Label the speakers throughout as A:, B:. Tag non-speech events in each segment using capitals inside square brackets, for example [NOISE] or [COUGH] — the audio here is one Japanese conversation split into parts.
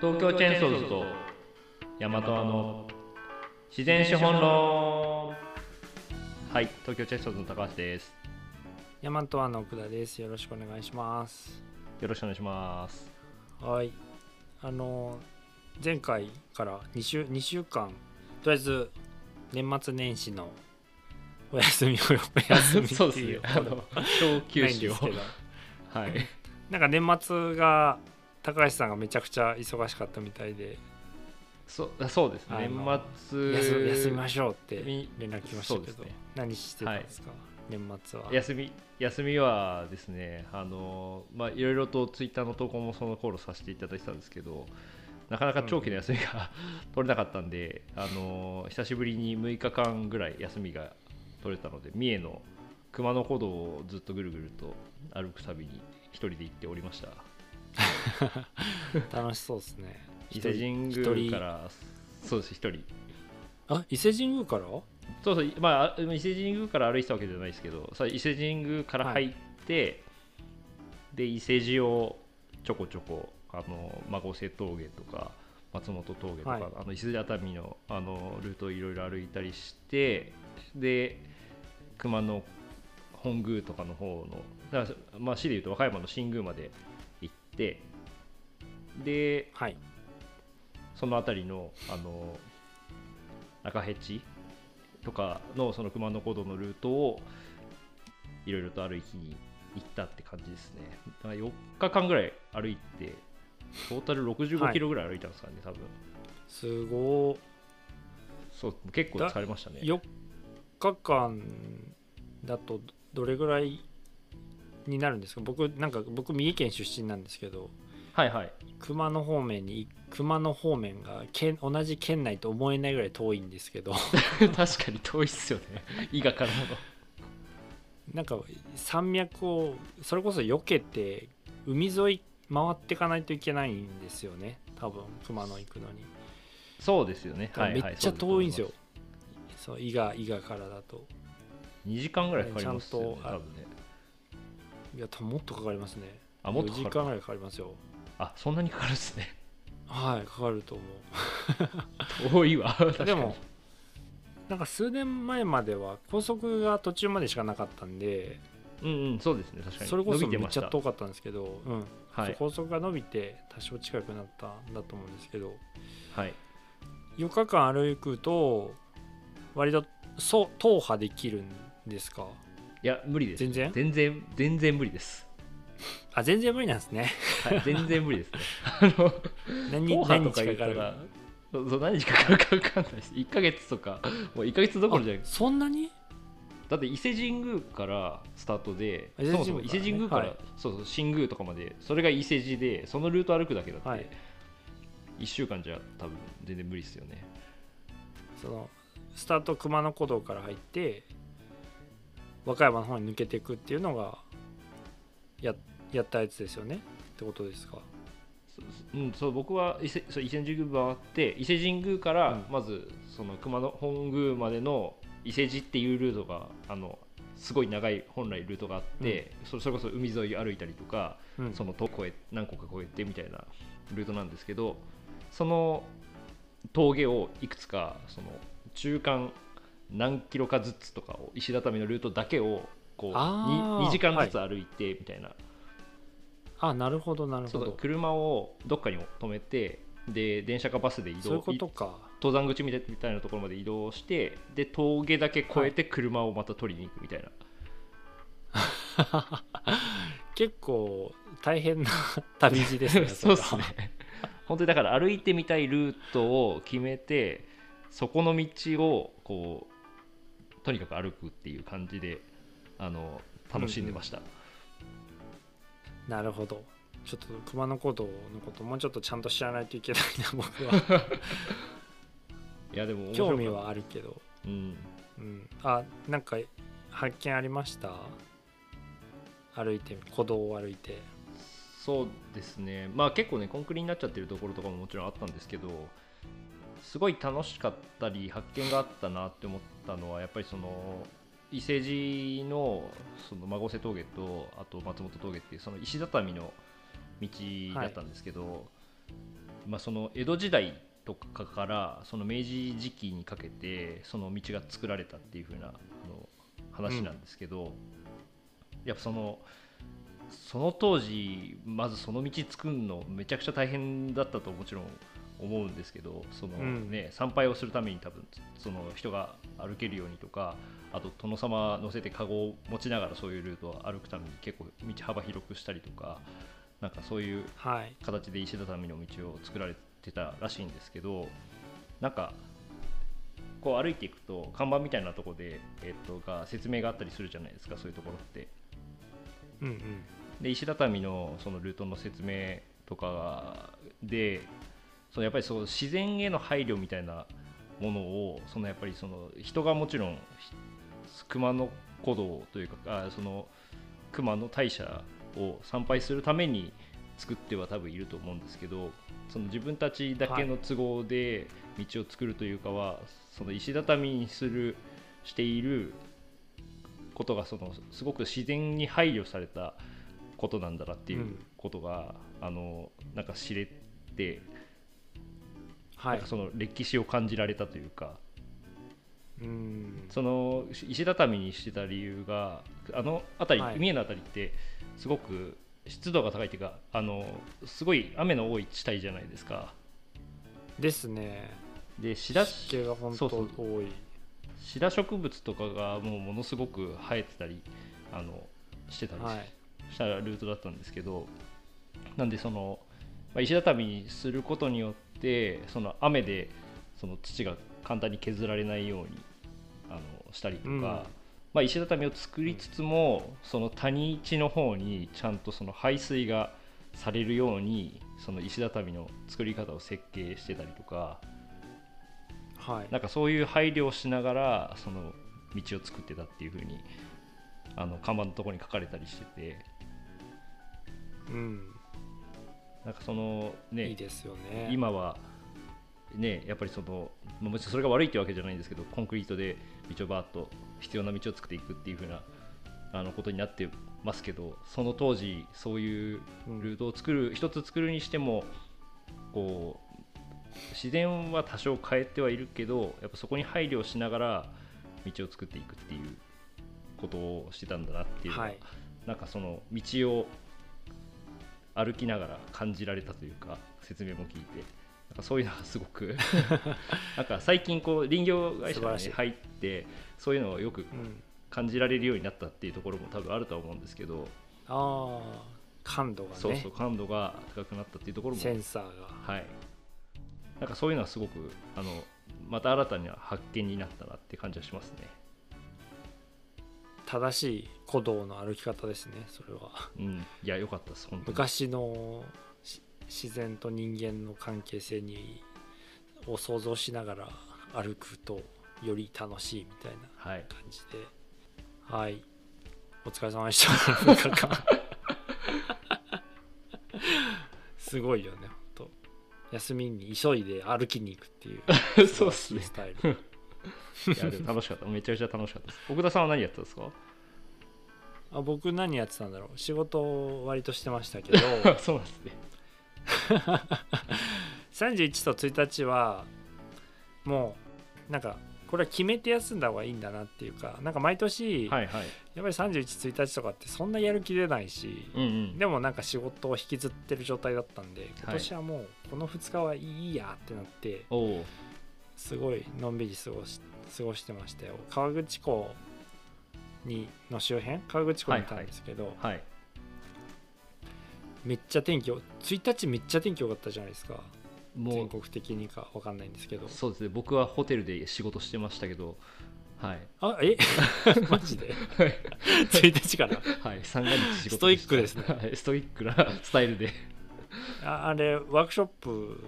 A: 東京チェーンソーズとヤマトワの自然資本論はい東京チェーンソーズの高橋です
B: ヤマトワの奥田です。よろしくお願いします。
A: よろしくお願いします
B: はい。あの前回から2週2週間とりあえず年末年始のお休みをお休みっ
A: [LAUGHS] [LAUGHS]
B: て
A: そうです
B: い
A: ね
B: う
A: あ
B: ほど
A: の [LAUGHS] 小休
B: ないん
A: 止
B: で
A: を
B: すけど、
A: はい
B: なんか年末が高橋さんがめちゃくちゃ忙しかったみたいで
A: [LAUGHS] そうそうです
B: あ
A: ね
B: の
A: 年
B: 休
A: 末
B: 休みま
A: し
B: しょうって
A: み
B: 連絡来ま
A: そ
B: したけど、
A: うですね
B: 何してたんですか、年末は。
A: 休み休みはですねあのまあいろいろとツイッターの投稿もその頃させていただいてたんですけどなかなか長期の休みが [LAUGHS] 取れなかったんで、あの久しぶりに6日間ぐらい休みが取れたので三重の熊野古道をずっとぐるぐると歩くたびに一人で行っておりました
B: 楽しそうですね。
A: 伊勢神
B: 一人
A: 宮からそうです一人
B: あ伊勢神宮から
A: そうそう、まあ、伊勢神宮から歩いてたわけじゃないですけど、さ伊勢神宮から入って、で伊勢路をちょこちょこ、あの孫瀬峠とか、松本峠とか、
B: はい
A: あの伊勢熱海のあのルートをいろいろ歩いたりして、で熊野本宮とかの方の、だからまあ、市でいうと和歌山の新宮まで行って、で、
B: はい。
A: その辺りのあの中辺地とかのその熊野古道のルートをいろいろと歩きに行ったって感じですねだから4日間ぐらい歩いてトータル
B: は
A: 65
B: い
A: キロぐらい歩いたんですかね、多分
B: すごー
A: そう結構疲れましたね
B: 4日間だとどれぐらいになるんですか僕なんか僕三重県出身なんですけど
A: はい
B: [LAUGHS]
A: はい
B: 熊野方面に熊野方面が県同じ県内と思えないぐらい遠いんですけど
A: 確
B: [LAUGHS]
A: かに遠いっすよね伊賀からの
B: なんか山脈をそれこそ避けて海沿い回っていかないといけないんですよね多分熊野行くのに、
A: そうですよねはい、はい、
B: めっちゃ遠いんですよそう伊賀伊賀からだと
A: 2時間ぐらいかかりますよね
B: ちゃんと
A: 多分ね
B: いやともっとかかりますね
A: あもっと
B: 4
A: か
B: 時
A: かる
B: 間ぐらいかかりますよ
A: あそんなにかかるんですね
B: はいかかると思う
A: 遠いわ確かに
B: でもなんか数年前までは高速が途中までしかなかったんで
A: うんうんそうですね確かに
B: それこそ
A: 伸び
B: め
A: て
B: っ
A: まし
B: ち
A: た
B: ゃ遠かったんですけど、うん
A: はい
B: 高速が伸びて多少近くなったんだと思うんですけど
A: はい
B: 4日間歩くと割とそう踏破できるんですか
A: いや無理です
B: 全然
A: 全然全然無理です、
B: あ全然無理なんで
A: [LAUGHS]
B: すね [LAUGHS]
A: はい、全然無理ですねあの
B: 何
A: 後半とか言った
B: 何日かかる
A: らそうそう何日かかるか分かんないです1ヶ月とかもう1ヶ月どころじゃない
B: あそんなに
A: だって伊勢神宮からスタートで、
B: 伊勢
A: そ
B: 神宮からね
A: もそも伊勢神宮から、
B: はい
A: そうそう新宮とかまでそれが伊勢寺でそのルート歩くだけだって、
B: はい
A: 1週間じゃ多分全然無理ですよね
B: そのスタート熊野古道から入って和歌山の方に抜けていくっていうのがややったやつですよねってことですか
A: そそうん、そう僕は伊勢そう伊勢神宮回って伊勢神宮から、
B: うん
A: まずその熊野本宮までの伊勢路っていうルートがあのすごい長い本来ルートがあって、そそれこそ海沿い歩いたりとか、
B: うん
A: そのと越え何個か越えてみたいなルートなんですけどその峠をいくつかその中間何キロかずつとかを石畳のルートだけをこう 2,
B: あー
A: 時間ずつ歩いてみたいな
B: あなるほどなる
A: そ
B: ほ
A: うだ
B: ど
A: 車をどっかに止めてで電車かバスで移動
B: そういうこと
A: い
B: か
A: 登山口みたいなところまで移動してで峠だけ越えて車をまた取りに行くみたいな、
B: 結構大変な [LAUGHS] 旅路ですね
A: そうっす
B: それは
A: ね本当にだから歩いてみたいルートを決めてそこの道をこうとにかく歩くっていう感じであの楽しんでました、
B: なるほどちょっと熊野古道のこともうちょっとちゃんと知らないといけないな
A: [LAUGHS]
B: 僕は
A: いやでも面白か
B: 興
A: った
B: 味はあるけど、
A: うん
B: うん、あなんか発見ありました歩いてみ古道を歩いて
A: そうですね、まあ、結構ね、コンクリになっちゃってるところとかももちろんあったんですけど、すごい楽しかったり、発見があったなって思ったのは、やっぱりその伊勢路のその孫瀬峠と、あと松本峠っていう、その石畳の道だったんですけど、まあ、その江戸時代とかからその明治時期にかけてその道が作られたっていう風なあの話なんですけど、やっぱそのその当時まずその道作るのめちゃくちゃ大変だったともちろん思うんですけどその、
B: うん
A: ね参拝をするために多分その人が歩けるようにとかあと殿様乗せて籠を持ちながらそういうルートを歩くために結構道幅広くしたりとかなんかそういう
B: はい
A: 形で石畳の道を作られてたらしいんですけどなんかこう歩いていくと看板みたいなとこで、えっと、が説明があったりするじゃないですかそういうところって。
B: うんうん
A: で石畳のそのルートの説明とかでそのやっぱりそう自然への配慮みたいなものをそのやっぱりその人がもちろんひ熊野古道というかあその熊野大社を参拝するために作っては多分いると思うんですけどその自分たちだけの都合で道を作るというかは、その石畳にするしていることがそのすごく自然に配慮されたことなんだなっていうことが、あのなんか知れて、
B: は
A: ないんかその歴史を感じられたというか
B: うん
A: その石畳にしてた理由があの辺り、
B: はい
A: 三重の辺りってすごく湿度が高いというかあのすごい雨の多い地帯じゃないですか。
B: ですね
A: でシダ
B: 湿気が本当
A: そう
B: 多い
A: シダ植物とかがもうものすごく生えてたりあのしてたりし
B: はい
A: したルートだったんですけどなんでその、まあ石畳にすることによってその雨でその土が簡単に削られないようにあのしたりとか、
B: うん
A: まあ、石畳を作りつつもその谷地の方にちゃんとその排水がされるようにその石畳の作り方を設計してたりとか
B: はい
A: なんかそういう配慮をしながらその道を作ってたっていう風にあの看板のところに書かれたりしてて
B: うん
A: なんかそのね
B: いいですよね
A: 今はねやっぱりそのまあもちろんそれが悪いってわけじゃないんですけどコンクリートで道をバーッと必要な道を作っていくっていう風なあのことになってますけどその当時そういう
B: うん
A: ルートを作る一つ作るにしてもこう自然は多少変えてはいるけどやっぱそこに配慮しながら道を作っていくっていうことをしてたんだなっていうのが、
B: はい
A: なんかその道を歩きながら感じられたというか説明も聞いてなんかそういうのがすご [LAUGHS] くなんか最近こう林業会社
B: 素晴
A: に
B: ら
A: ね
B: しい
A: 入ってそういうのをよく
B: うん
A: 感じられるようになったっていうところも多分あるとは思うんですけど、
B: ああ感度がね
A: そうそう感度が高くなったっていうところも
B: センサーが
A: はい、なんかそういうのはすごくあのまた新たな発見になったなって感じはしますね。
B: 正しい古道の歩き方ですねそれは
A: うん、いや良かったです本当に。
B: 昔のし自然と人間の関係性にを想像しながら歩くとより楽しいみたいな
A: はい、
B: 感じではいお疲れ様でした6日間すごいよねほんと休みに急いで歩きに行くってい
A: [LAUGHS] [LAUGHS]
B: う
A: そうっすね
B: スタイル
A: いやで
B: [LAUGHS]
A: も楽しかっためちゃめちゃ楽しかったです。奥田さんは何やってたんですか？
B: あ僕何やってたんだろう仕事を割としてまし
A: [LAUGHS]
B: たけど
A: そうなんですね。
B: 31と1日はもうなんかこれは決めて休んだ方がいいんだなっていうかなんか毎年、
A: はいはい。
B: やっぱり311日とかってそんなやる気出ないし、
A: うんうん。
B: でもなんか仕事を引きずってる状態だったんで今年はもうこの2日はいいやってなって
A: おお。
B: すごいのんびり過ごし過ごしてましたよ川口湖にの周辺川口湖にいたんですけど、
A: はい。
B: めっちゃ天気よ1日めっちゃ天気良かったじゃないですか
A: も
B: 全
A: う
B: 国的にかわかんないんですけど
A: そうですね。僕はホテルで仕事してましたけど、はい
B: あ
A: [LAUGHS]
B: えマジで1日から
A: はい三が日仕事でした
B: ストイックですね
A: はいストイックなスタイルで。
B: ああれワークショップ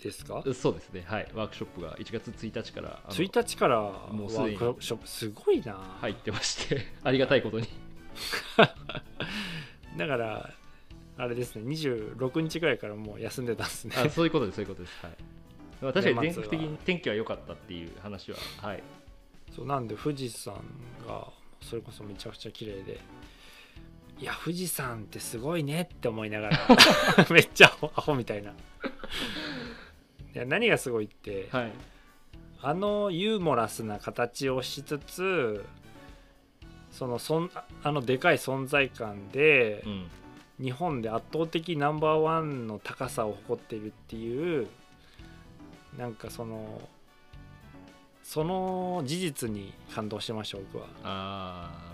B: ですか
A: そうですね。はい。ワークショップが1月1日からあの
B: 1日からワ
A: もうすでに
B: ークショップすごいな、
A: 入ってまして、ありがたいことに。
B: だからあれですね26日ぐらいからもう休んでたんです [LAUGHS] ね
A: あそういうことです、そういうことです。はいまあ、確かに全
B: 年末は
A: 国的に天気は良かったっていう話は、はい、
B: そうなんで富士山がそれこそめちゃくちゃ綺麗でいや [LAUGHS] 富士山ってすごいねって思いながらめっちゃアホアホみたいないや何がすごいって、
A: はい
B: あのユーモラスな形をしつつそのそんあのでかい存在感で
A: う、ん
B: 日本で圧倒的ナンバーワンの高さを誇っているっていうなんかそのその事実に感動してました僕は
A: あ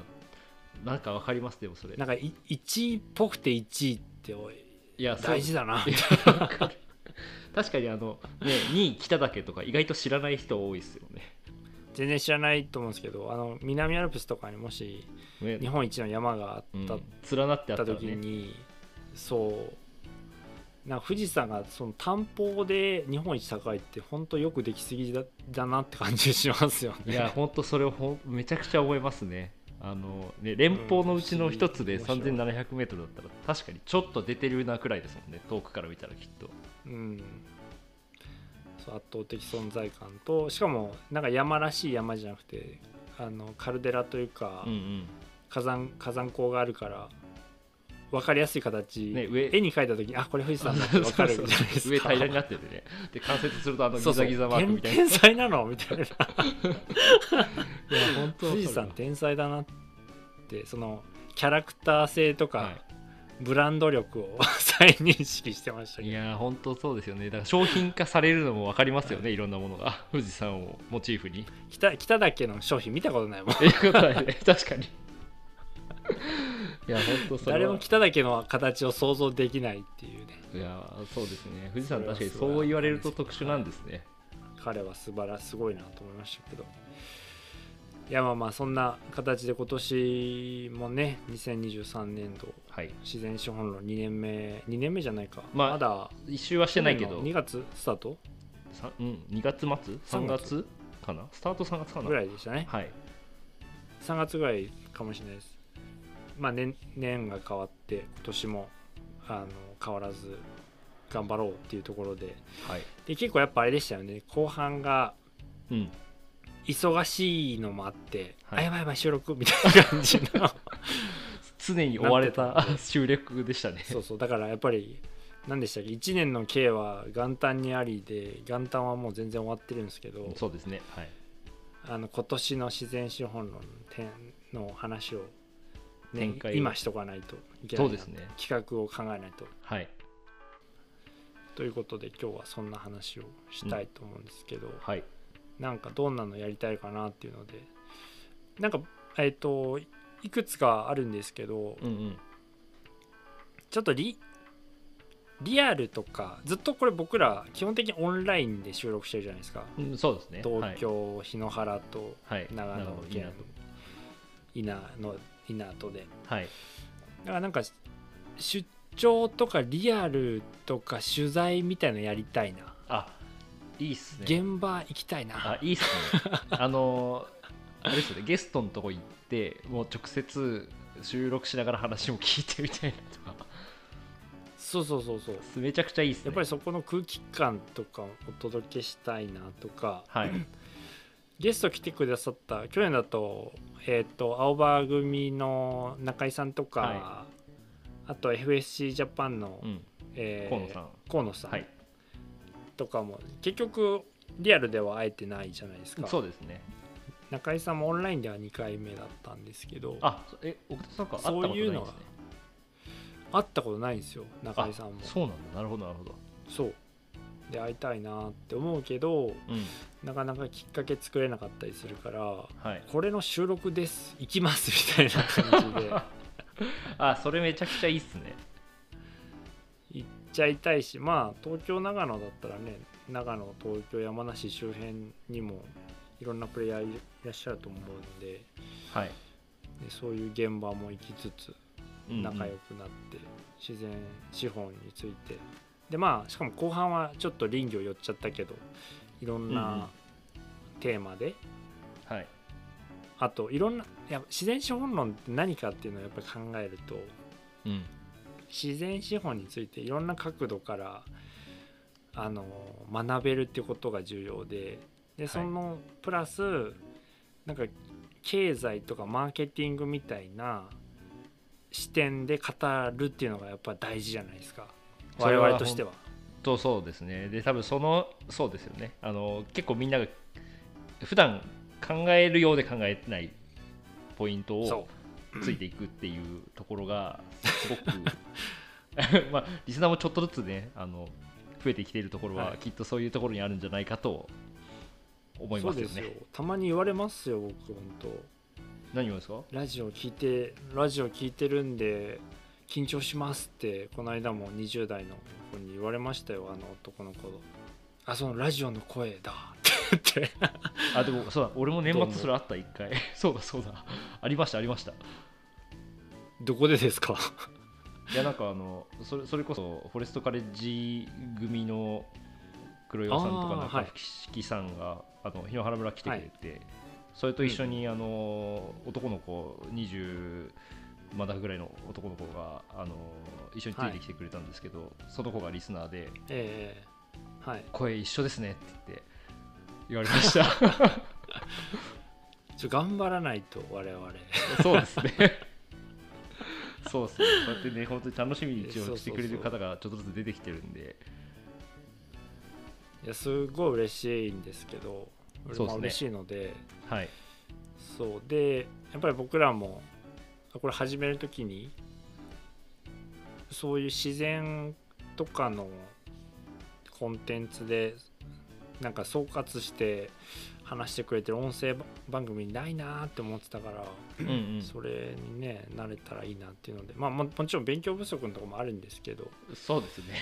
A: ーなんかわかりますでもそれ
B: なんかい1位っぽくて1位っておい
A: いやそう
B: 大事だない [LAUGHS]
A: やわかる [LAUGHS] 確かにあのね2位北岳とか意外と知らない人多いですよね
B: 全然知らないと思うんですけどあの南アルプスとかにもし
A: ね
B: 日本一の山があ
A: う
B: ったっ
A: ん、連なってあ
B: 行
A: った
B: った
A: ら
B: 時
A: ね
B: に、そうなんか富士山がその単方で日本一高いって本当よくできすぎだだなって感じしますよ
A: い
B: ね。
A: や本当それをほんめちゃくちゃ思いますねあのね連峰のうちの一つで
B: うん
A: 3700m だったら確かにちょっと出てるなくらいですもんね遠くから見たらきっと
B: うん、そう圧倒的存在感としかもなんか山らしい山じゃなくてあのカルデラというか、
A: うん
B: 火山火山口があるから分かりやすい形、
A: ね上
B: 絵に描いた時にあこれ富士
A: うん
B: 山だ
A: [LAUGHS]
B: って分かるじゃないですか。
A: 上平らになっててねで関節するとあのギザギザマークみたいな
B: 天才なのみた
A: [LAUGHS]
B: いな。
A: いや本当
B: 富士山天才だなってそのキャラクター性とか、
A: は
B: ブランド力を [LAUGHS] 再認識してました
A: い、
B: け
A: い
B: ど
A: や本当そうですよねだから商品化されるのも分かりますよねいろんなものが富士山をモチーフに
B: 北北岳の商品見たことないもん
A: えいうことだよね確かにいや本当それは
B: 誰も北岳の形を想像できないっていうね
A: いやそうですね富士
B: そ
A: 山
B: れは
A: 確かに
B: すごい
A: そう言われると特殊なんですね
B: 彼は素晴らしいすごいなと思いましたけどいやまあまあそんな形で今年もね2023年度
A: はい
B: 自然資本論2年目2年目じゃないか、
A: まあ
B: まだ
A: 一周はしてないけど
B: 2月スタート
A: さんうん、2月末3
B: 3月
A: 月かなスタート3月かな
B: ぐらいでしたね
A: はい
B: 3月ぐらいかもしれないですまあ年年が変わって今年もあの変わらず頑張ろうっていうところで
A: はい
B: で結構やっぱあれでしたよね後半が
A: うん
B: 忙しいのもあって、
A: はい
B: あやばいやばい収録みたいな感じ
A: [LAUGHS]
B: の
A: 常に追われ
B: な
A: た [LAUGHS] 収録でしたね
B: そうそうだからやっぱり何でしたっけ1年の計は元旦にありで元旦はもう全然終わってるんですけど
A: そうですねはい
B: あの今年の自然資本論の点の話を、ね
A: 展開、を
B: 今しとかないといけな
A: そ
B: いうな
A: ですね
B: 企画を考えないと
A: はい
B: ということで今日はそんな話をしたいと思うんですけど、
A: はい
B: なんかどんなのやりたいかなっていうのでなんかえっ、といくつかあるんですけど
A: うんうん
B: ちょっとリリアルとかずっとこれ僕ら基本的にオンラインで収録してるじゃないですか
A: うん、そうですね
B: 東京、檜原と
A: はい、はい、
B: 長野
A: いい
B: 県
A: なと
B: 稲の稲とで
A: はい
B: だからなんか出張とかリアルとか取材みたいなのやりたいな、
A: あいいっすね
B: 現場行きたいな
A: あいいっすねあのあれですよねゲストのとこ行ってもう直接収録しながら話も聞いてみたいなとか
B: そうそうそうそう
A: めちゃくちゃいいっすね
B: やっぱりそこの空気感とかをお届けしたいなとか
A: はい
B: ゲスト来てくださった去年だと,、えー、と青葉組の中井さんとか、
A: は
B: あと FSC ジャパンの、
A: うん
B: えー
A: 河野さん
B: 河野さん
A: はい
B: とかも、結局リアルでは会えてないじゃないですか
A: そうですね
B: 中井さんもオンラインでは2回目だったんですけど
A: あそえ奥田さんか会ったこと
B: そ
A: な
B: う
A: いん
B: い
A: です
B: う
A: ね
B: のが会ったことないんですよ中井さんも
A: あそうなんだなるほどなるほど
B: そうで会いたいなって思うけど
A: うん
B: なかなかきっかけ作れなかったりするから
A: はい
B: これの収録です行きますみたいな感じで
A: [LAUGHS] あそれめちゃくちゃいいっすね
B: 行っちゃいたいしまあ東京長野だったらね長野東京山梨周辺にもいろんなプレイヤーいらっしゃると思うんで
A: はい、
B: でそういう現場も行きつつ
A: うんうん
B: 仲良くなって、自然資本についてでまあしかも後半はちょっと林業寄っちゃったけどいろん
A: うんうん
B: なテーマで、
A: はい
B: あといろんないや自然資本論って何かっていうのをやっぱり考えると
A: うん
B: 自然資本についていろんな角度からあの学べるってことが重要ででそのプラス、なんか経済とかマーケティングみたいな視点で語るっていうのがやっぱ大事じゃないですか
A: それ
B: 我
A: は
B: 々としては。
A: とそうですねで多分そのそうですよねあの結構みんなが普段考えるようで考えてないポイント
B: そう
A: をついていくっていうところがすご
B: [LAUGHS]
A: く [LAUGHS] まあリスナーもちょっとずつねあの増えてきているところ
B: は
A: はいきっとそういうところにあるんじゃないかと思い
B: そ
A: ま
B: う
A: す
B: で
A: よ
B: す
A: ね。
B: よたまに言われますよ僕本当
A: 何をですか
B: ラジオ聞いてラジオ聞いてるんで緊張しますってこの間も20代の子に言われましたよあの男の子あそのラジオの声だって言って
A: あでもそうだ俺も年
B: どう
A: 末
B: も
A: それあった一回 [LAUGHS] そうだそうだありましたありました
B: どこでで
A: [LAUGHS]
B: すか
A: いやなんかあのそれそれこそフォレストカレッジ組の黒岩さんと
B: あー
A: か
B: は
A: 中
B: い
A: 伏さんがあの檜原村来てくれて、それと一緒にあの男の子20まだぐらいの男の子があの一緒についてきてくれたんですけど、その子がリスナーで
B: ええはい
A: 「声一緒ですね」って言って言われました
B: ちょ頑張らないと我々
A: [LAUGHS] そうですね [LAUGHS] そうですねこうやってね本当に楽しみに一応してくれる方がちょっとずつ出てきてるんで
B: いやすごい嬉しいんですけど
A: そうですね
B: まあ嬉しいので
A: はい
B: そうでやっぱり僕らもこれ始めるときにそういう自然とかのコンテンツでなんか総括して話してくれてる音声番組ないなーって思ってたから、
A: うんうん
B: それにね慣れたらいいなっていうのでまあももちろん勉強不足のところもあるんですけど
A: そうですね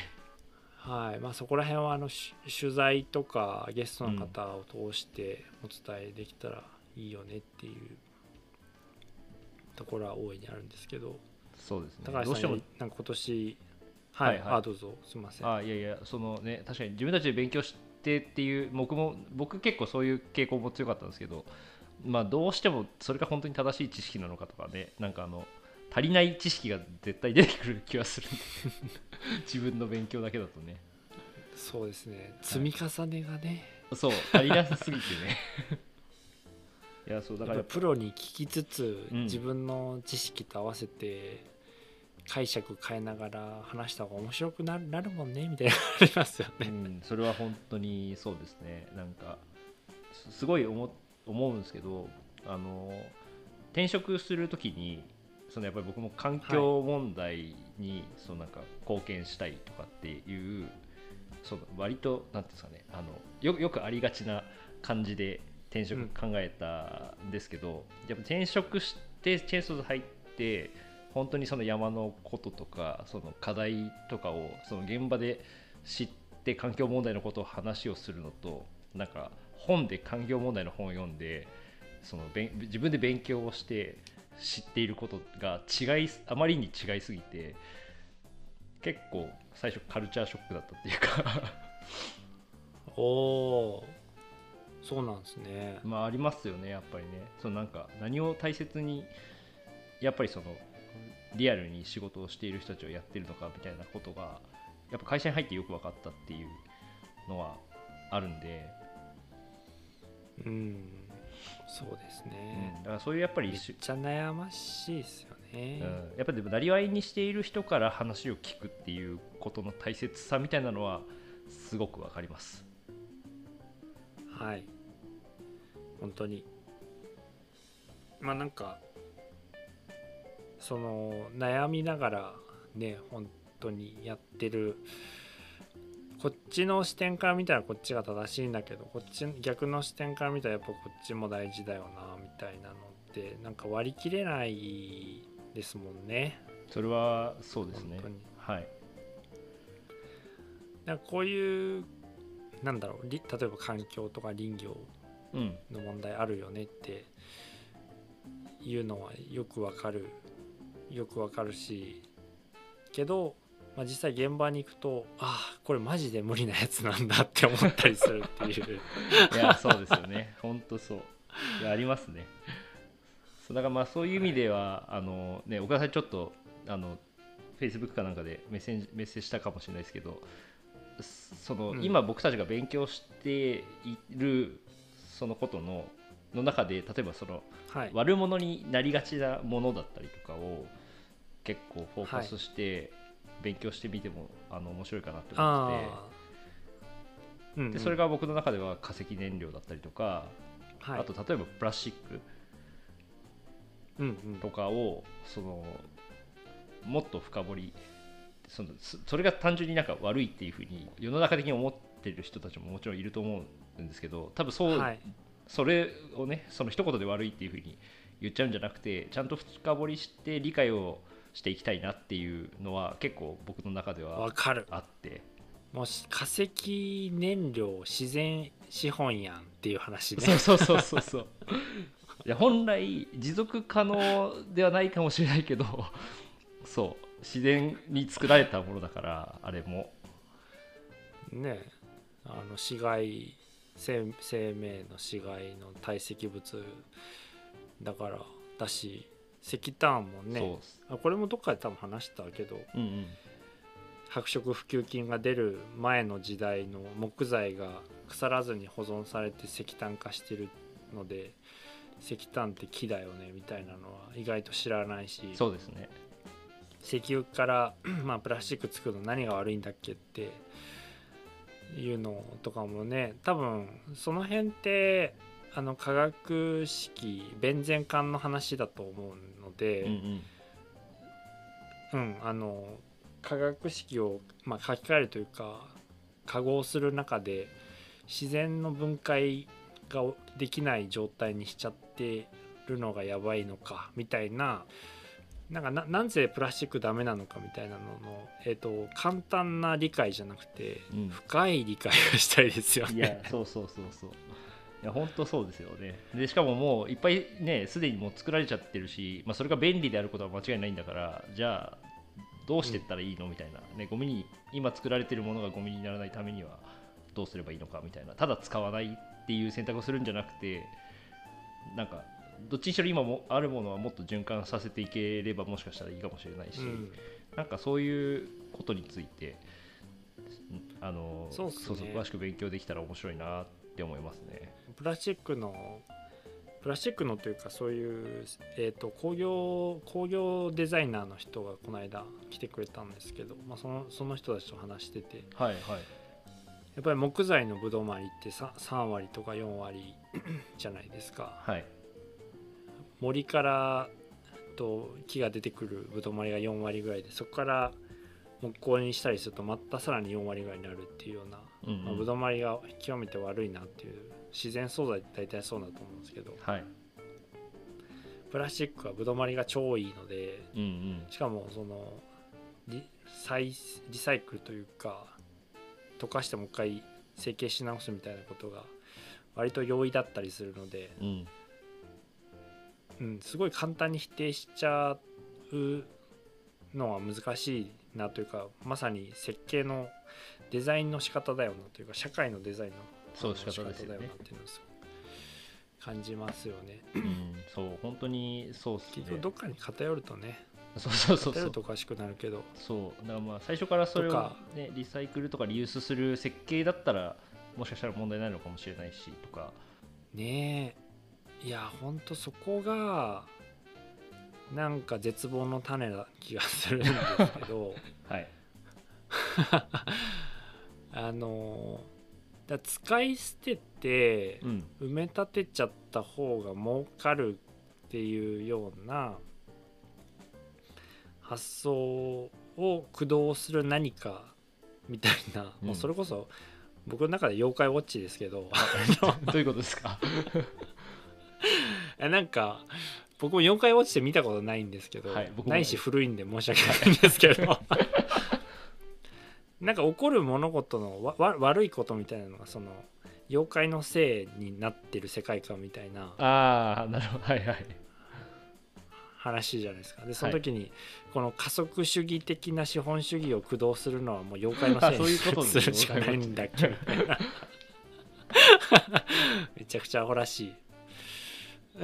B: はいまあ、そこら辺はあのし取材とかゲストの方を通してお伝えできたらいいよねっていうところは大いにあるんですけど
A: そうですね。
B: 高
A: ど
B: 橋
A: うして
B: さん
A: も
B: になんか今年はい、
A: はいはい
B: あどうぞすみません
A: あいやいやそのね確かに自分たちで勉強してっていう僕も僕結構そういう傾向も強かったんですけど、まあどうしてもそれが本当に正しい知識なのかとかねなんかあの足りない知識が絶対出てくる気はするんで [LAUGHS] 自分の勉強だけだとね
B: そうですね積み重ねがね、
A: そう足りなさすぎてねいやそうだか
B: や
A: ら
B: っぱプロに聞きつつ、
A: うん
B: 自分の知識と合わせて解釈変えながら話した方が面白くなるなるもんねみたいなのありますよ
A: う
B: ね。
A: ん、それは本当にそうですねなんかすすごい思思うんですけどあの転職するときにそのやっぱり僕も環境問題にそのなんか貢献したいとかっていうその割となんていうんですかねあのよよくありがちな感じで転職考えたんですけど、やっぱ転職してチェーンソーズ入って本当にその山のこととかその課題とかをその現場で知って環境問題のことを話をするのとなんか本で環境問題の本を読んでそのべん自分で勉強をして知っていることが違いあまりに違いすぎて結構最初カルチャーショックだったっていうか
B: おおーそうなんですね。
A: まあありますよねやっぱりねそのなんか何を大切にやっぱりそのリアルに仕事をしている人たちをやってるのかみたいなことがやっぱ会社に入ってよく分かったっていうのはあるんで、
B: うん、そうです
A: うん
B: ね。
A: だからそういうやっぱり
B: めっ
A: し
B: ちゃ悩ましいですよね。
A: うんやっぱでもなりわいにしている人から話を聞くっていうことの大切さみたいなのはすごくわかります
B: はい。本当に。まあなんかその悩みながらね本当にやってるこっちの視点から見たらこっちが正しいんだけどこっち逆の視点から見たらやっぱこっちも大事だよなみたいなのってなんか割り切れないですもんね。
A: それはそうですね
B: 本当に
A: はい
B: なんかこういうなんだろうり例えば環境とか林業
A: うん
B: の問題あるよねっていうのはよくわかるよくわかるしけど、まあ、実際現場に行くとああこれマジで無理なやつなんだって思ったりするって
A: [LAUGHS]
B: いう
A: いやそうですよね本当そういやありますねそうだからまあそういう意味では、あのね岡田さんちょっとあの Facebook かなんかでメッセージメッセージしたかもしれないですけどその、
B: うん
A: 今僕たちが勉強しているそのことのの中で例えばその
B: はい
A: 悪者になりがちなものだったりとかを結構フォーカスして勉強してみても、あの面白いかなって思ってて
B: あうんうん
A: でそれが僕の中では化石燃料だったりとか、
B: はい
A: あと例えばプラスチック
B: うんうん
A: とかをそのもっと深掘りそのそそれが単純になんか悪いっていうふうに世の中的に思ってる人たちももちろんいると思うんですけど多分そう、
B: はい
A: それをねその一言で悪いっていうふうに言っちゃうんじゃなくてちゃんと深掘りして理解をしていきたいなっていうのは結構僕の中で
B: わ
A: は
B: かる
A: あって
B: もうし化石燃料自然資本やんっていう話ね
A: そうそうそうそうそういや本来持続可能ではないかもしれないけどそう自然に作られたものだからあれも
B: ねあの死骸生生命の死骸の堆積物だからだし石炭もね
A: そ
B: あこれもどっかで多分話したけど
A: う、うんうん、
B: 白色普及菌が出る前の時代の木材が腐らずに保存されて石炭化してるので石炭って木だよねみたいなのは意外と知らないし
A: そうですね
B: 石油から [CLEARS THROAT] まあプラスチック作るの何が悪いんだっけっていうのとかもね多分その辺ってあの化学式ベンゼン管の話だと思うので、
A: うんうん
B: うん、あの化学式を、まあ、書き換えるというか化合する中で自然の分解ができない状態にしちゃってるのがやばいのかみたいななんかななぜプラスチックダメなのかみたいなのの、えー、と簡単な理解じゃなくて、
A: うん
B: 深い理解をしたいですよ
A: い
B: ね。
A: やそうそうそうそういや本当そうですよねでしかももういっぱいねすでにもう作られちゃってるし、まあ、それが便利であることは間違いないんだからじゃあどうしてったらいいのみたいな、ね、ゴミに今作られてるものがゴミにならないためにはどうすればいいのかみたいなただ使わないっていう選択をするんじゃなくてなんかどっちにしろ今もあるものはもっと循環させていければもしかしたらいいかもしれないし、
B: うん
A: なんかそういうことについてあの
B: そうっすね
A: 詳しく勉強できたら面白いなって思いますね。
B: プラスチックのプラスチックのというかそういう、えー、と工業工業デザイナーの人がこの間来てくれたんですけど、まあ、そのその人たちと話してて
A: はいはい。
B: やっぱり木材のぶどまりって 3, 3割とか4割じゃないですか
A: はい。
B: 森からえっと木が出てくるぶどまりが4割ぐらいでそこから木工にしたりするとまたさらに4割ぐらいになるっていうような、
A: うんうん
B: まあ、ぶどまりが極めて悪いなっていう自然素材って大体そうだと思うんですけど
A: はい。
B: プラスチックはぶどまりが超いいので
A: うんうん。
B: しかもそのリ再リサイクルというか溶かしてもう一回成形し直すみたいなことが割と容易だったりするので、
A: うん。
B: うん、すごい簡単に否定しちゃうのは難しいなというかまさに設計のデザインの仕方だよなというか社会のデザインの
A: そう
B: あの
A: 仕方ですよね
B: 仕っていうのをすごく感じますよね。
A: うん、そう本当にそうっすね
B: 結。局どっかに偏るとね
A: [LAUGHS] そうそうそうそ
B: 偏る
A: う
B: と。おかしくなるけど
A: そうだからまあ最初からそれ
B: と
A: を
B: か、
A: ね、リサイクルとかリユースする設計だったらもしかしたら問題ないのかもしれないしとか。
B: ねえいやほんとそこがなんか絶望の種な気がするんですけ
A: [LAUGHS]
B: ど
A: はい。
B: あのだ使い捨てて [LAUGHS]
A: うん。
B: 埋め立てちゃった方が儲かるっていうような発想を駆動する何かみたいな、
A: うん
B: もうそれこそ僕の中で妖怪ウォッチですけど
A: どういうことですか。 [LAUGHS]
B: えなんか僕も4回落ちて見たことないんですけど、
A: はい僕も
B: ないし古いんで申し訳ないんですけど [LAUGHS] なんか起こる物事のわわ悪いことみたいなのがその妖怪のせいになってる世界観みたいな
A: ああなるほどはいはい。
B: 話じゃないですかでその時に、この加速主義的な資本主義を駆動するのはもう妖怪のせい
A: [LAUGHS] あそう
B: に
A: いうことね
B: するしかないんだっ
A: [LAUGHS]
B: けみたいなめちゃくちゃアホらしい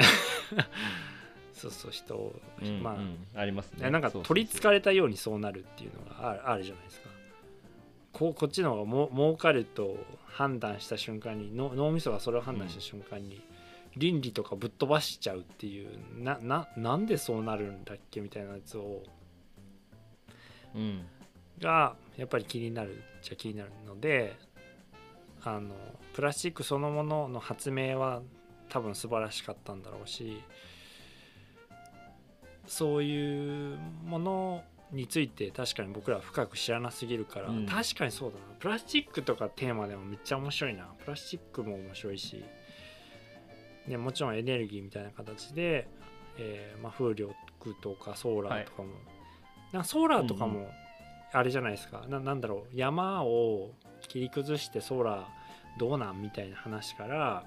B: [LAUGHS] そうそう人を、
A: うん
B: まあ、
A: うんありますね。
B: なんか
A: そうそうそう
B: 取りつかれたようにそうなるっていうのがあるあるじゃないですかこうこっちの方がも儲かると判断した瞬間にの脳みそがそれを判断した瞬間に、倫理とかぶっ飛ばしちゃうっていうなななんでそうなるんだっけみたいなやつを
A: うん。
B: がやっぱり気になるっちゃ気になるのでああのプラスチックそのものの発明は多分素晴らしかったんだろうしそういうものについて確かに僕らは深く知らなすぎるから、
A: うん
B: 確かにそうだなプラスチックとかテーマでもめっちゃ面白いなプラスチックも面白いし、ね、もちろんエネルギーみたいな形で、えーまあ、風力とかソーラーとかも、なんかソーラーとか
A: うん
B: もあれじゃないですか、ななんだろう山を切り崩してソーラーどうなんみたいな話から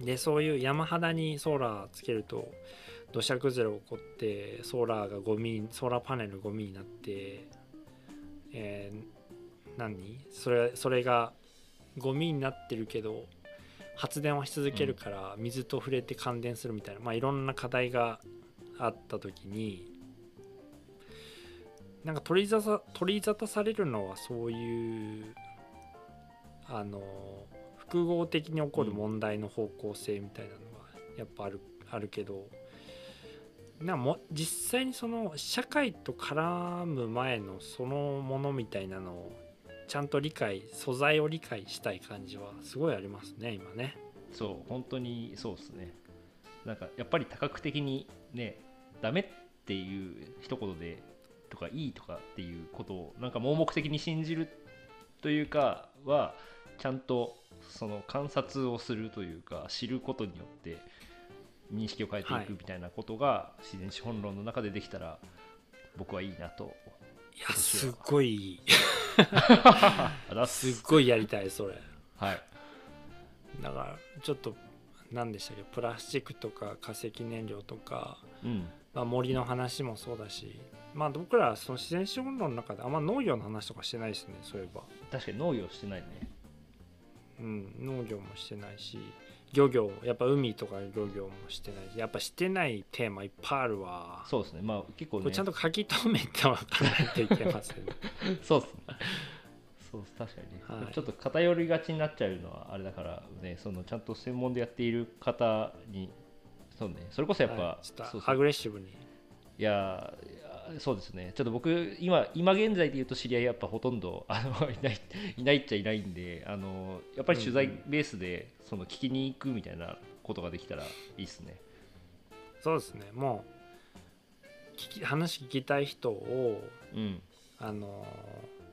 B: でそういう山肌にソーラーつけると土砂崩れ起こってソーラーがゴミソーラーパネルゴミになって、えー何それそれがゴミになってるけど発電はし続けるから水と触れて感電するみたいな、まあいろんな課題があった時になんか取り沙汰取り沙汰されるのはそういうあの複合的に起こる問題の方向性みたいなのはやっぱあるあるけどなんかも実際にその社会と絡む前のそのものみたいなのをちゃんと理解素材を理解したい感じはすごいありますね今ね。
A: そう本当にそうですねなんかやっぱり多角的にねダメっていう一言でとかいいとかっていうことをなんか盲目的に信じるというかはちゃんとその観察をするというか知ることによって認識を変えてい
B: はい
A: くみたいなことが自然資本論の中でできたら僕はいいな
B: [LAUGHS]
A: と。
B: いやすっごい
A: あだ
B: すっ
A: す
B: ごいやりたいそれ。
A: はい
B: だからちょっと何でしたっけプラスチックとか化石燃料とか、
A: うん
B: まあ、森の話もそうだし、まあ、僕らはその自然資本論の中であんま農業の話とかしてないですねそういえば、
A: 確かに農業してないね
B: うん、農業もしてないし漁業やっぱ海とか漁業もしてないしやっぱしてないテーマいっぱいあるわ
A: そうですねまあ結構
B: こ
A: ね
B: れちゃんと書き留めてわかんないといけませんね
A: そうっすね。そうっす確かにね、
B: はい
A: でもちょっと偏りがちになっちゃうのはあれだからねそのちゃんと専門でやっている方にそうねそれこ [LAUGHS] そやっぱ、
B: はいちょっ
A: そう
B: と
A: そ
B: ア
A: う
B: グレッシブに
A: いやーいやーそうですねちょっと僕今今現在で言うと知り合いやっぱほとんどあの [LAUGHS] いないいないっちゃいないんであのやっぱり取材
B: うんうん
A: ベースでその聞きに行くみたいなことができたらいいっすね
B: そうですねもう聞き話聞きたい人を
A: うん
B: あのー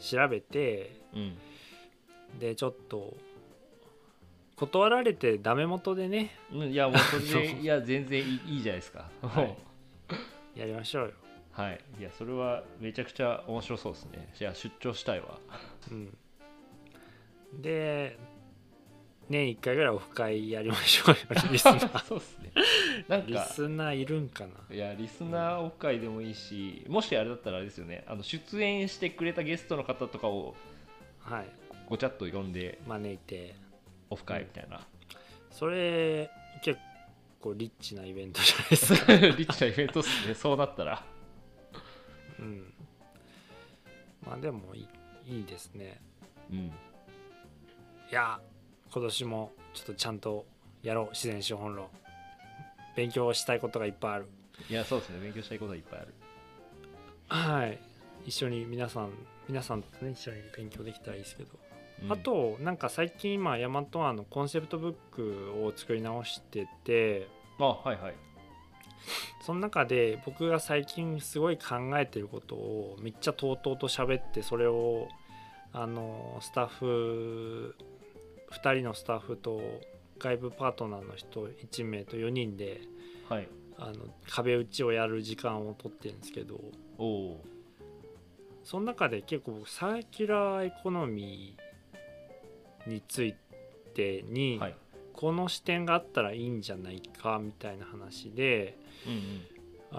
B: 調べて
A: うん
B: でちょっと断られてダメ元でね
A: うんいやもうそれ
B: そう [LAUGHS]
A: でいや全然いいいいじゃないですか
B: は
A: も
B: いうやりましょうよ、
A: はい、いやそれはめちゃくちゃ面白そうですね。じゃあ出張したい
B: [LAUGHS]
A: わ。
B: うん、で年1回ぐらいオフ会やりましょうよリスナー
A: そうですね。なん
B: リ
A: か
B: スナーいるんかない
A: やリスナーオフ会でもいいし、もしあれだったらあれですよね。あの出演してくれたゲストの方とかを
B: はい
A: ごちゃっと呼んで
B: 招いて
A: オフ会みたい
B: [LAUGHS]
A: な。
B: それ結構リッチなイベントじゃないですか、
A: リッチなイベントっすね。そうなったら。
B: うん、まあでもいいいいですね
A: うん。
B: いや今年もちょっとちゃんとやろう自然資本論勉強したいことがいっぱいある
A: いやそうですね。勉強したいことはいっぱいある。
B: はい一緒に皆さん皆さんとね一緒に勉強できたらいいですけど、
A: うん
B: あとなんか最近今ヤマトアのコンセプトブックを作り直してて
A: あはいはい。
B: その中で僕が最近すごい考えてることをめっちゃとうとうと喋ってそれをあのスタッフ2人のスタッフと外部パートナーの人1名と4人で
A: はい。
B: あの壁打ちをやる時間を取ってるんですけど、
A: おお
B: その中で結構僕サーキュラーエコノミーについてに、
A: ー。はい。
B: この視点があったらいいんじゃないかみたいな話で
A: うんうん。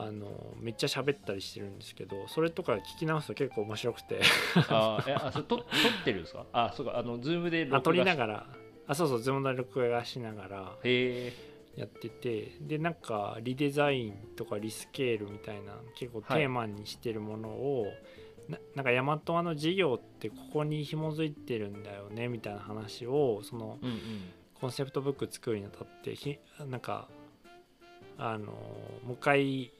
B: あのめっちゃ喋ったりしてるんですけどそれとか聞き直すと結構面白くて
A: あ
B: [LAUGHS]
A: ーえあそれ撮撮ってるんですか。あそうかあのズームで
B: あ撮りな
A: ら。
B: がらあそうそうズームの録画しながら
A: へえ。
B: やっててでなんかリデザインとかリスケールみたいな結構テーマにしてるものを、ななんかヤマトアの事業ってここに紐づいてるんだよねみたいな話をその
A: うんうん。
B: コンセプトブック作るにあたってひなんかあのもう一回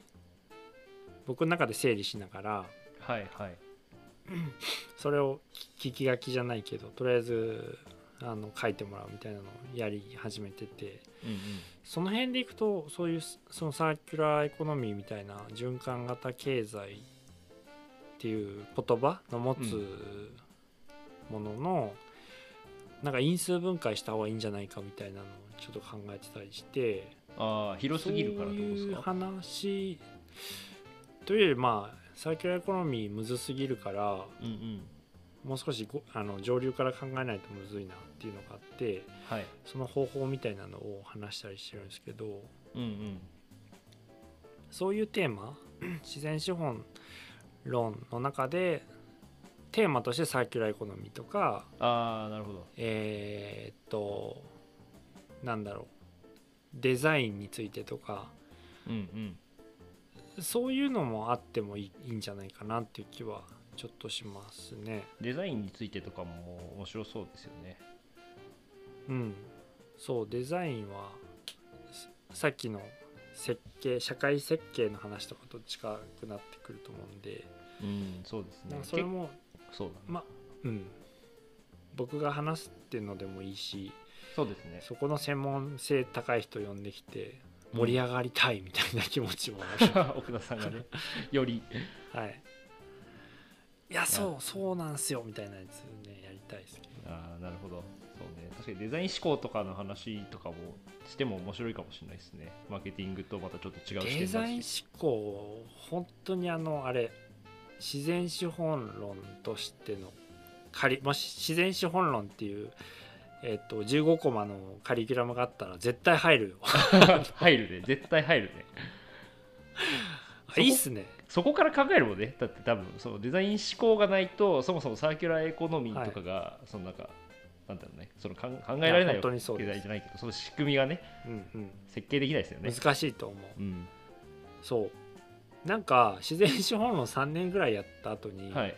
B: 僕の中で整理しながら
A: はいはい。
B: それを聞き書きじゃないけどとりあえずあの書いてもらうみたいなのをやり始めてて
A: うん
B: その辺でいくとそういうすそのサーキュラーエコノミーみたいな循環型経済っていう言葉の持
A: う
B: つものの、なんか因数分解した方がいいんじゃないかみたいなのをちょっと考えてたりして
A: ああ広すぎるからってことで
B: そう
A: す
B: いう
A: か
B: 話というよりまあサーキュラーエコノミーむずすぎるから
A: うんうん
B: もう少しごあの上流から考えないとむずいなっていうのがあって
A: はい
B: その方法みたいなのを話したりしてるんですけど
A: うんうん
B: そういうテーマ [CLEARS THROAT] 自然資本論の中でテーマとしてサーキュラーエコノミーとか
A: ああなるほど
B: えーっとなんだろうデザインについてとか
A: うんうん
B: そういうのもあってもいいいいんじゃないかなっていう気はちょっとしますね。
A: デザインについてとかも面白そうですよね
B: うん、そうデザインはささっきの設計社会設計の話とかと近くなってくると思うんで、
A: うんそうですね
B: なんかそれも
A: 結構そうだね
B: まうん僕が話すっていうのでもいいし
A: そうですね
B: そこの専門性高い人呼んできて盛り上がりたいみたいな気持ちもある、
A: [LAUGHS] 奥田さんがねより
B: はいいやそうそうなんすよみたいなやつねやりたいですけど
A: ああなるほどそうね確かにデザイン思考とかの話とかもしても面白いかもしれないですねマーケティングとまたちょっと違う視点
B: デザ
A: だ
B: イン思
A: し
B: 考本当にあのあれ自然資本論としての仮もし自然資本論っていう、えっと15コマのカリキュラムがあったら絶対入るよ
A: [LAUGHS] 入るね絶対入るね
B: あいいっすね
A: そこから考えるもんねだって多分そのデザイン思考がないとそもそもサーキュラーエコノミーとかが、そのなんかなんだろうねそのかん考えられない
B: いや本当にそう
A: デ
B: です
A: ザインじゃないけどその仕組みがね
B: うん
A: 設計できないですよ
B: うん
A: ね
B: 難しいと思う
A: うん
B: そうなんか自然資本論3年ぐらいやった後に、
A: はい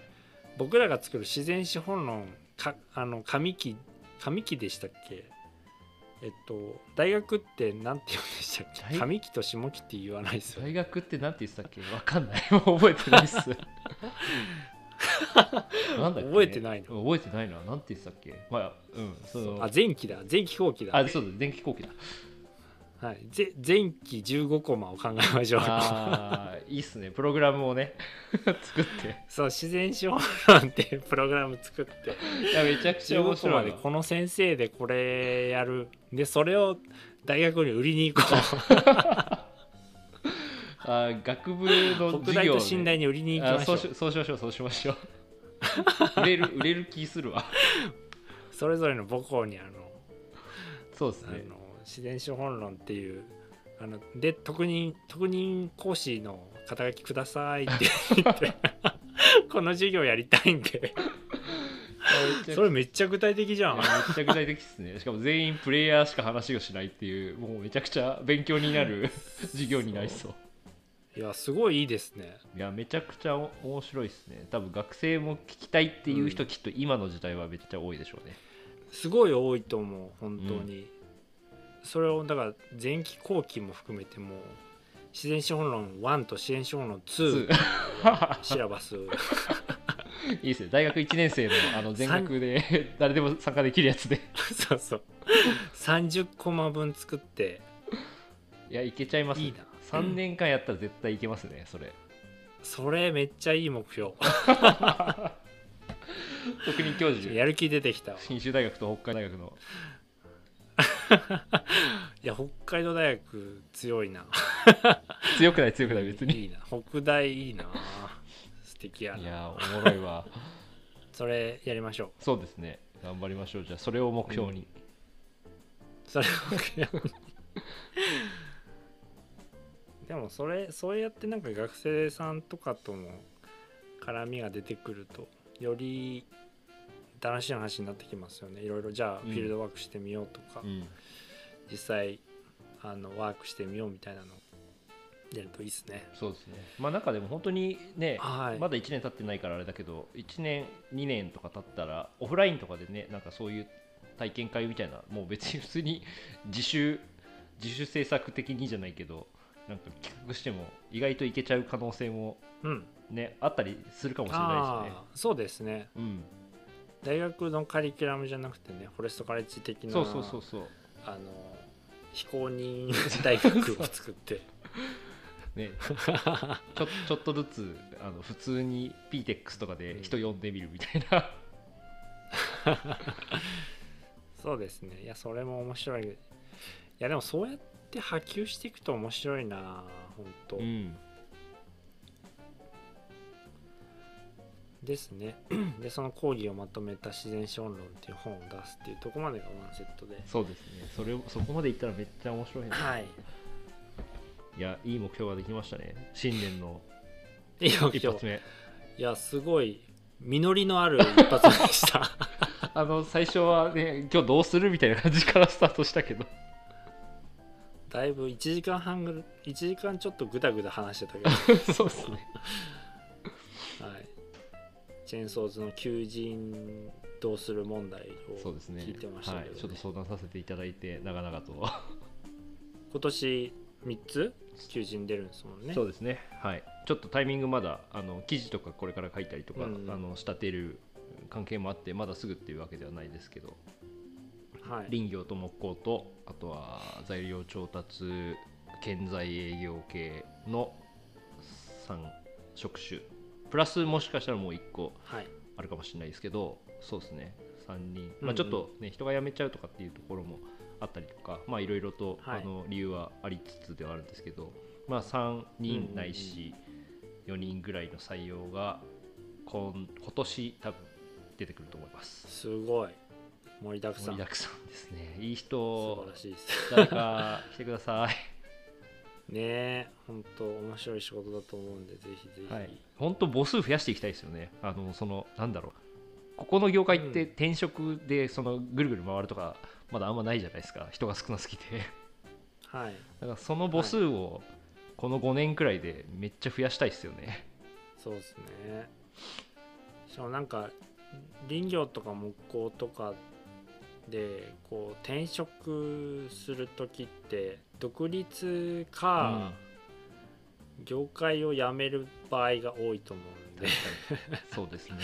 B: 僕らが作る自然資本論かあの紙機紙機でしたっけえっと大学ってなんて言うんでしたっけ
A: 大
B: 紙機と下機って言わないですよね
A: 大学ってなんて言ってたっけわかんない [LAUGHS] もう覚えて
B: [LAUGHS]
A: ないっすなんだっけね
B: 覚えてないの
A: 覚えてないななんて言ってたっけまあうんその
B: あ前期だ前期後期だ
A: あそうだ電気飛行機だ
B: はい、ぜ前期15コマを考えましょう
A: あーいいっすねプログラムをね [LAUGHS] 作って
B: そう自然資本論っていうプログラム作って
A: いやめちゃくちゃ面
B: 15コ
A: 白
B: マ
A: い
B: で
A: な
B: この先生でこれやるでそれを大学に売り
A: [LAUGHS]
B: に行こう
A: あー学部の
B: 北
A: 授
B: 大
A: 業で
B: と信大に売りに行き
A: あ
B: ましょ
A: そううしそうしましょうそう [LAUGHS] しましょう売れる売れる気するわ
B: それぞれの母校にあの
A: そうです
B: あ
A: ね
B: の自然資本論っていうあので特任特任講師の肩書きくださいって言って [LAUGHS] この授業やりたいんでそれめっちゃ具体的じ
A: い
B: ゃ
A: や
B: ん
A: めっちゃ具体的ですねしかも全員プレイヤーしか話をしないっていうもうめちゃくちゃ勉強にな
B: [LAUGHS]
A: る授業になりそう
B: いやすごいいいですね
A: いやめちゃくちゃお面白いですね多分学生も聞きたいっていう人、
B: う
A: きっと今の時代はめっちゃ多いでしょうね
B: すごい多いと思う本当に、それをだから前期後期も含めてもう自然資本論1と自然資本論2シラバス
A: [LAUGHS]
B: [LAUGHS]
A: いいですね大学1年生のあの全学で [LAUGHS] 誰でも参加できるやつで
B: そうそう30コマ分作って
A: いやいけちゃいます
B: いいな
A: 3年間やったら絶対いけますねそれ
B: それめっちゃいい目標
A: 特任教授
B: やる気出てきたわ
A: 信州大学と北海大学の
B: いや北海道大学強いな
A: 強くない強くない別に
B: いいな北大いいな素敵や
A: い
B: な
A: やーおもろいわ [LAUGHS]
B: それやりましょ
A: そうですね頑張りましょうじゃあそれを目標に、
B: うそれをでもそれそうやってなんか学生さんとかとも絡みが出てくるとより楽しい話になってきますよねいろいろじゃあ
A: う
B: フ
A: ん
B: ィールドワークしてみようとか、
A: うん
B: 実際あのワークしてみようみたいなのやるといいですね
A: そうですねまあなんかでも本当にね、
B: はい
A: まだ1年経ってないからあれだけど1年2年とか経ったらオフラインとかでねなんかそういう体 [LAUGHS] 験会みたいなもう別に普通に自主自主制作的にじゃないけどなんか企画しても意外といけちゃう可能性も
B: うん、
A: ねあったりするかもしれないですね
B: ああそうですね
A: うん
B: 大学のカリキュラムじゃなくてねフォレストカレッジ的な
A: そうそうそうそう
B: あの非公認大学を
A: [LAUGHS]
B: 作って [LAUGHS]
A: ねちょちょっとずつあの普通に PTEX とかで人呼んでみるみたいな
B: そうですねいやそれも面白いいやでもそうやって波及していくと面白いな本当、
A: うん
B: ですねでその講義をまとめた自然資本論っていう本を出すっていうとこまでがワンセットで
A: そうですねそれをそこまでいったらめっちゃ面白いな
B: はい
A: いやいい目標ができましたね新年の
B: いいよ
A: 一
B: 今
A: 発
B: 日
A: 目
B: いやすごい実
A: [LAUGHS]
B: りのある一発目でした
A: あの最初はね今日どうするみたいな感じからスタートしたけど
B: だいぶ1時間半ぐらい1時間ちょっとグダグダ話してたけど
A: [LAUGHS] そうですね
B: はい、チェーンソーズの求人どうする問題
A: そ
B: を
A: うですね
B: 聞いてましたけどね、
A: はい、ちょっと相談させていただいて長々と、
B: 今年3つ求人出るんですもんね
A: そうですねはいちょっとタイミングまだあの記事とかこれから書いたりとか、
B: うん
A: あの仕立てる関係もあってまだすぐっていうわけではないですけど
B: はい、
A: 林業と木工とあとは材料調達建材営業系の3職種プラスもしかしたらもう1個
B: はい、
A: あるかもしれないですけどそうですね3人、
B: う
A: ま
B: んう
A: あ、
B: ん
A: ちょっと、ね人が辞めちゃうとかっていうところもあったりとかまあいろいろと、
B: はい
A: あの理由はありつつではあるんですけど、まあ、3人ないし4人ぐらいの採用が今今年多分出てくると思います。
B: すごい盛りだくさ
A: 盛
B: ん
A: りだくさんですね。いい
B: 素
A: 人
B: 晴らしいです
A: 誰か来てください。
B: ねえ本当面白い仕事だと思うんでぜひぜひ、
A: はい、本当母数増やしていきたいですよね。あのそのなんだろう。ここの業界って
B: うん
A: 転職でそのぐるぐる回るとかまだあんまないじゃないですか。人が少なすぎて。 [LAUGHS]
B: はい
A: だからその母数をこの5年くらいでめっちゃ増やしたいですよね。
B: そうですねしかもなんか林業とか木工とかでこう転職する時って独立か業界を辞める場合が多いと思うん
A: うん
B: で、
A: 確か
B: [LAUGHS]
A: にそうですね。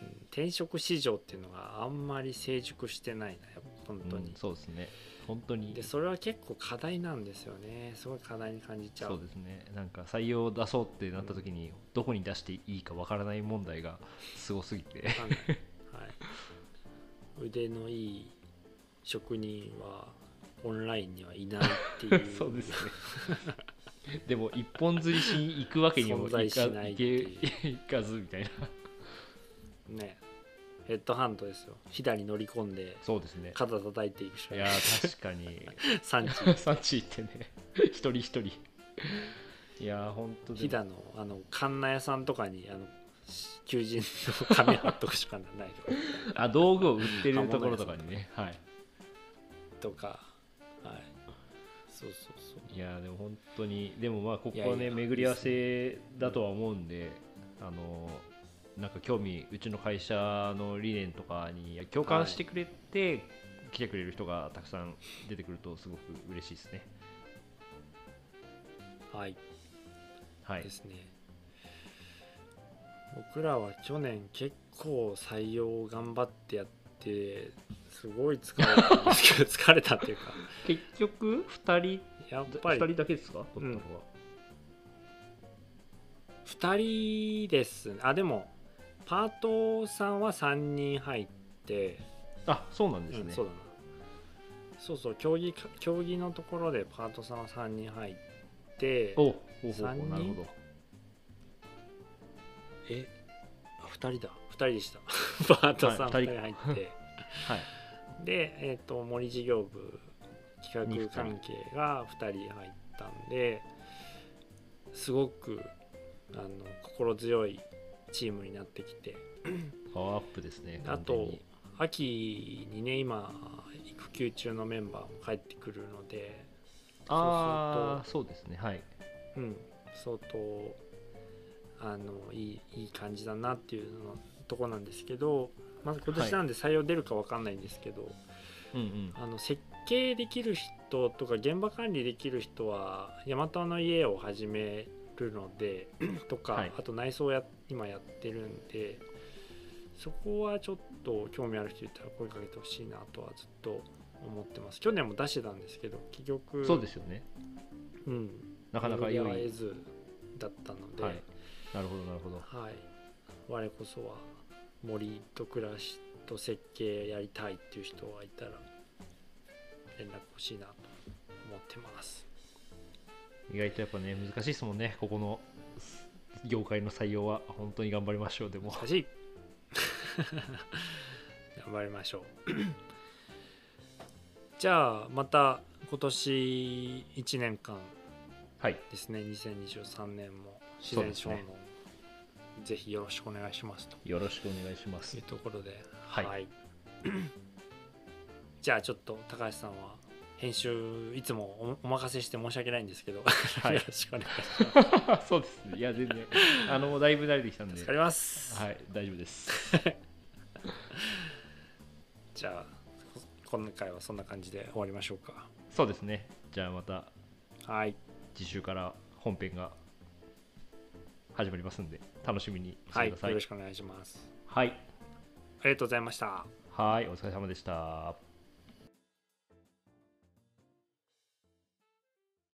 B: うん [LAUGHS] 転職市場っていうのがあんまり成熟してないなやっぱ本当
A: う
B: に
A: ん、、そうですね。本当に
B: でそれは結構課題なんですよねすごい課題に感じちゃう
A: そうですねなんか採用を出そうってなった時にどこに出していいかわからない問題がすごすぎて
B: わかんないはい、腕のいい職人はオンラインにはいないってい
A: [LAUGHS]
B: う
A: そうですねでも一本釣りしに行くわけにもいか
B: 存在しな
A: い
B: いって
A: け
B: いう
A: いかずみたいな
B: ねヘッドハンドですよ飛騨に乗り込んで
A: そうですね
B: 肩叩いていくし
A: い
B: か
A: や
B: ない
A: ー確かに [LAUGHS]
B: 産地
A: 産地行ってね一人一人いやー本当
B: 飛
A: でも
B: 騨のあのカンナ屋さんとかにあのし求人の紙貼っとくしかない
A: [LAUGHS] あ道具を売ってるところとかにねはい
B: とかはいそうそうそう
A: いやーでも本当にでもまあここ
B: いや
A: はいね
B: や
A: 巡り合わせだとは思うんであのーなんか興味うちの会社の理念とかに共感してくれて、来てくれる人がたくさん出てくるとすごく嬉しいですね
B: はい
A: はい
B: ですね、僕らは去年結構採用を頑張ってやってすごい疲れたんです
A: [LAUGHS]
B: けど疲れたっていうか
A: 結局2人
B: やっぱ
A: 2
B: り
A: 人だけですか取ったのは、
B: 2人ですねあでもパートさんは3人入って、
A: あそうなんです
B: うん
A: ね、
B: そうだなそうそう競技か競技のところでパートさんは3人入って
A: おおおお
B: 三人
A: なるほど
B: えあ2人だ2人でした [LAUGHS] パートさん
A: はい二
B: 2
A: 人
B: 人入って
A: はい
B: で、えー、と森事業部企画関係が2人入ったんですごくあの心強いチームになってきて
A: パワーアップですね
B: あ
A: 完全
B: と
A: に
B: 秋にね今育休中のメンバーも帰ってくるので
A: ああそうですねはい
B: うん相当あのいいいい感じだなっていうのとこなんですけどまず今年なんで採用出るかわかんないんですけど、
A: うんうん
B: あの設計できる人人とか現場管理できる人はヤマトの家を始めるの
A: [CLEARS THROAT]
B: でとか、
A: はい
B: あと内装をや今やってるんでそこはちょっと興味ある人いたら声かけてほしいなとはずっと思ってます去年も出してたんですけど結局
A: そうですよね
B: うん、
A: なかなか良い、
B: 巡り合えずだったので、
A: はいなるほどなるほど
B: はい、我こそは森と暮らしと設計やりたいっていう人がいたら連絡欲しいなと思ってます
A: 意外とやっぱね難しいですもんねここの業界の採用は本当に頑張りましょうでも
B: 難しい [LAUGHS] 頑張りましょう [CLEARS THROAT] じゃあまた今年1年間
A: はい
B: ですね2023年も自
A: そう
B: 然
A: です
B: 消
A: ね
B: 耗、ぜひよろしくお願いしますと
A: よろしくお願いしま
B: とい
A: す
B: うところでは
A: はい
B: い、 [CLEARS THROAT] じゃあちょっと高橋さんは編集いつもおお任せして申し訳ないんですけど、
A: い
B: [LAUGHS] よろしくお願いしま
A: [LAUGHS]
B: す
A: そうですねいや [LAUGHS] 全然あのもうだいぶ慣れてきたんで
B: 助かります、
A: はい大丈夫です
B: じゃあこ今回はそんな感じで終わりましょうか
A: [LAUGHS] そうですねじゃあまた
B: はい
A: 次週から本編が始まりますんで楽しみにして
B: はい
A: く
B: よ
A: だ